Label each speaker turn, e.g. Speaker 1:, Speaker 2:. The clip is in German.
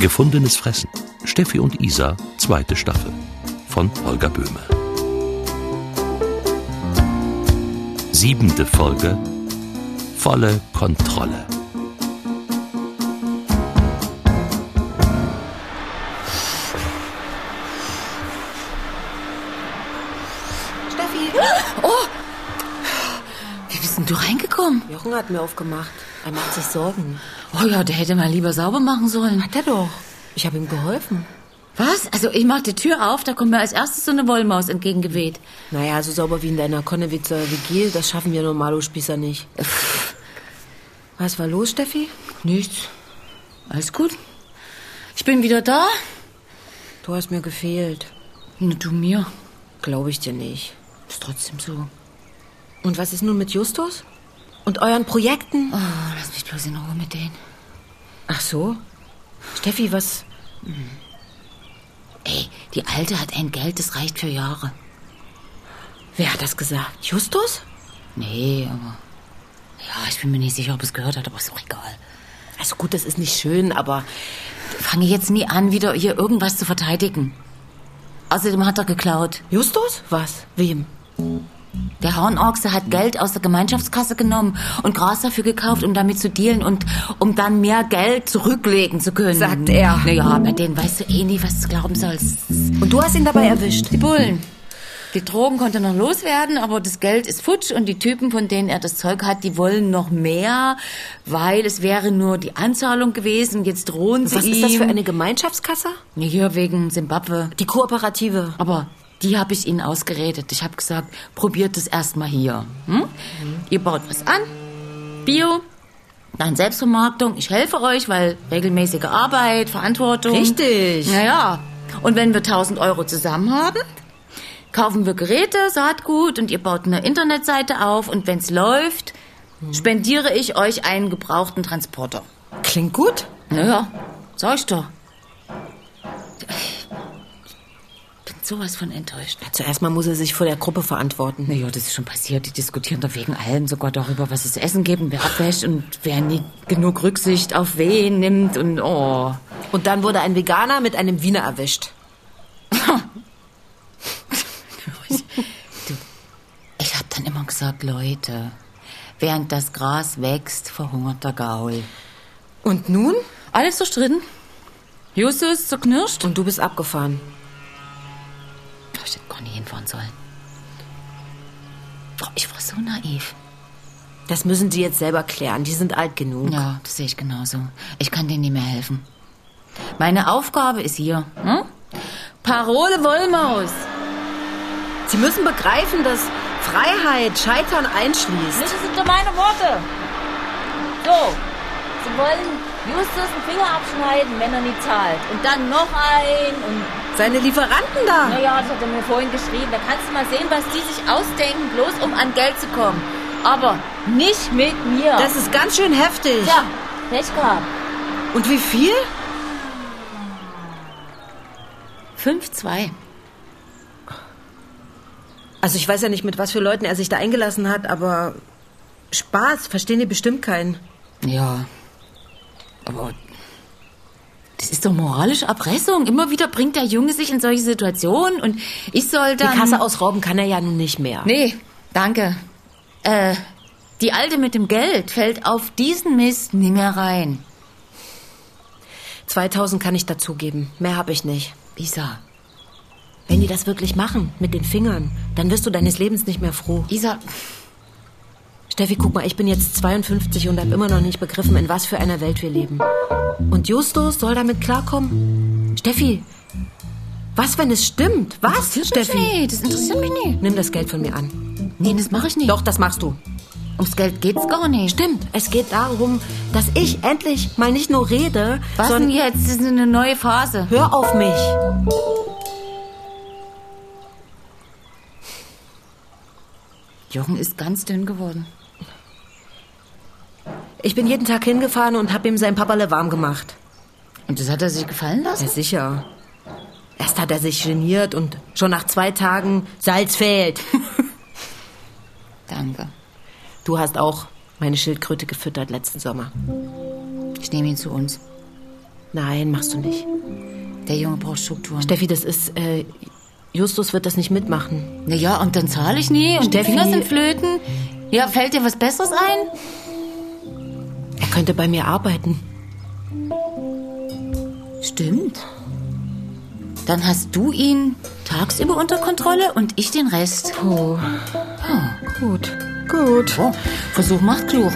Speaker 1: Gefundenes Fressen. Steffi und Isa, zweite Staffel. Von Holger Böhme. Siebente Folge. Volle Kontrolle.
Speaker 2: Steffi,
Speaker 3: Wie bist denn du reingekommen?
Speaker 2: Jochen hat mir aufgemacht. Er macht sich Sorgen.
Speaker 3: Oh ja, der hätte mal lieber sauber machen sollen.
Speaker 2: Hat er doch. Ich habe ihm geholfen.
Speaker 3: Was? Also ich mach die Tür auf, da kommt mir als erstes so eine Wollmaus entgegengeweht.
Speaker 2: Naja, so sauber wie in deiner Konnewitzer WG, das schaffen wir Normalo-Spießer nicht. Was war los, Steffi?
Speaker 3: Nichts. Alles gut. Ich bin wieder da.
Speaker 2: Du hast mir gefehlt.
Speaker 3: Na, du mir.
Speaker 2: Glaube ich dir nicht.
Speaker 3: Ist trotzdem so.
Speaker 2: Und was ist nun mit Justus? Und euren Projekten?
Speaker 3: Oh, lass mich bloß in Ruhe mit denen.
Speaker 2: Ach so. Steffi, was?
Speaker 3: Ey, die Alte hat ein Geld, das reicht für Jahre.
Speaker 2: Wer hat das gesagt? Justus?
Speaker 3: Nee, aber... Ja, ich bin mir nicht sicher, ob es gehört hat, aber ist auch egal.
Speaker 2: Also gut, das ist nicht schön, aber
Speaker 3: Fange jetzt nie an, wieder hier irgendwas zu verteidigen. Außerdem hat er geklaut.
Speaker 2: Justus? Was? Wem?
Speaker 3: Der Hornochse hat Geld aus der Gemeinschaftskasse genommen und Gras dafür gekauft, um damit zu dealen und um dann mehr Geld zurücklegen zu können.
Speaker 2: Sagt er.
Speaker 3: Naja, bei denen weißt du eh nie, was du glauben sollst.
Speaker 2: Und du hast ihn dabei erwischt.
Speaker 3: Die Bullen. Die Drogen konnte noch loswerden, aber das Geld ist futsch und die Typen, von denen er das Zeug hat, die wollen noch mehr, weil es wäre nur die Anzahlung gewesen. Jetzt drohen sie
Speaker 2: Was
Speaker 3: ihm.
Speaker 2: ist das für eine Gemeinschaftskasse?
Speaker 3: Hier wegen Simbabwe.
Speaker 2: Die Kooperative.
Speaker 3: Aber die habe ich Ihnen ausgeredet. Ich habe gesagt, probiert es erstmal hier. Hm? Ihr baut was an, Bio, dann Selbstvermarktung. Ich helfe euch, weil regelmäßige Arbeit, Verantwortung.
Speaker 2: Richtig.
Speaker 3: Naja, und wenn wir 1000 Euro zusammen haben, kaufen wir Geräte, Saatgut und ihr baut eine Internetseite auf. Und wenn es läuft, spendiere ich euch einen gebrauchten Transporter.
Speaker 2: Klingt gut.
Speaker 3: Naja, sag ich doch. Ich bin sowas von enttäuscht.
Speaker 2: Zuerst mal Also muss er sich vor der Gruppe verantworten.
Speaker 3: Naja, das ist schon passiert. Die diskutieren da wegen allem sogar darüber, was es zu essen gibt und wer abwäscht und wer nie genug Rücksicht auf wen nimmt und oh.
Speaker 2: Und dann wurde ein Veganer mit einem Wiener erwischt.
Speaker 3: Ich hab dann immer gesagt, Leute, während das Gras wächst, verhungert der Gaul.
Speaker 2: Und nun?
Speaker 3: Alles zerstritten. Justus zerknirscht.
Speaker 2: Und du bist abgefahren.
Speaker 3: Ich hätte gar nicht hinfahren sollen. Oh, Ich war so naiv.
Speaker 2: Das müssen die jetzt selber klären. Die sind alt genug.
Speaker 3: Ja, das sehe ich genauso. Ich kann denen nicht mehr helfen. Meine Aufgabe ist hier. Hm? Parole Wollmaus.
Speaker 2: Sie müssen begreifen, dass Freiheit Scheitern einschließt.
Speaker 3: Das sind doch meine Worte. So, sie wollen Justus einen Finger abschneiden, wenn er nicht zahlt. Und dann noch ein. Und
Speaker 2: Seine Lieferanten da.
Speaker 3: naja, das hat er mir vorhin geschrieben. Da kannst du mal sehen, was die sich ausdenken, bloß um an Geld zu kommen. Aber nicht mit mir.
Speaker 2: Das ist ganz schön heftig.
Speaker 3: ja, Pech gehabt.
Speaker 2: Und wie viel?
Speaker 3: 5-2.
Speaker 2: Also ich weiß ja nicht, mit was für Leuten er sich da eingelassen hat, aber Spaß verstehen die bestimmt keinen.
Speaker 3: Ja. Aber das ist doch moralische Erpressung. Immer wieder bringt der Junge sich in solche Situationen und ich soll dann.
Speaker 2: ausrauben kann er ja nun nicht mehr.
Speaker 3: Nee, danke. Äh, die Alte mit dem Geld fällt auf diesen Mist nie mehr rein.
Speaker 2: 2000 kann ich dazugeben. Mehr habe ich nicht.
Speaker 3: Isa,
Speaker 2: Wenn die das wirklich machen, mit den Fingern, dann wirst du deines Lebens nicht mehr froh.
Speaker 3: Isa,
Speaker 2: Steffi, guck mal, ich bin jetzt 52 und habe immer noch nicht begriffen, in was für einer Welt wir leben. Und Justus soll damit klarkommen. Steffi, was, wenn es stimmt? Was, Steffi?
Speaker 3: Nee, das interessiert mich nicht.
Speaker 2: Nimm das Geld von mir an.
Speaker 3: Nee, das mache ich nicht.
Speaker 2: Doch, das machst du.
Speaker 3: Ums Geld geht's gar nicht.
Speaker 2: Stimmt, es geht darum, dass ich endlich mal nicht nur rede,
Speaker 3: Was denn
Speaker 2: sondern
Speaker 3: jetzt? Das ist eine neue Phase.
Speaker 2: hör auf mich.
Speaker 3: Jochen ist ganz dünn geworden.
Speaker 2: Ich bin jeden Tag hingefahren und habe ihm sein Papperle warm gemacht.
Speaker 3: Und das hat er sich gefallen lassen?
Speaker 2: Ja, sicher. Erst hat er sich geniert und schon nach zwei Tagen Salz fehlt.
Speaker 3: Danke.
Speaker 2: Du hast auch meine Schildkröte gefüttert letzten Sommer.
Speaker 3: Ich nehme ihn zu uns.
Speaker 2: Nein, machst du nicht.
Speaker 3: Der Junge braucht Strukturen.
Speaker 2: Steffi, das ist. Äh, Justus wird das nicht mitmachen.
Speaker 3: Naja, und dann zahle ich nie und
Speaker 2: Steffi-
Speaker 3: die Finger sind flöten. Ja, fällt dir was Besseres ein?
Speaker 2: Er könnte bei mir arbeiten.
Speaker 3: Stimmt. Dann hast du ihn tagsüber unter Kontrolle und ich den Rest.
Speaker 2: Gut. Gut.
Speaker 3: Oh, Versuch macht klug.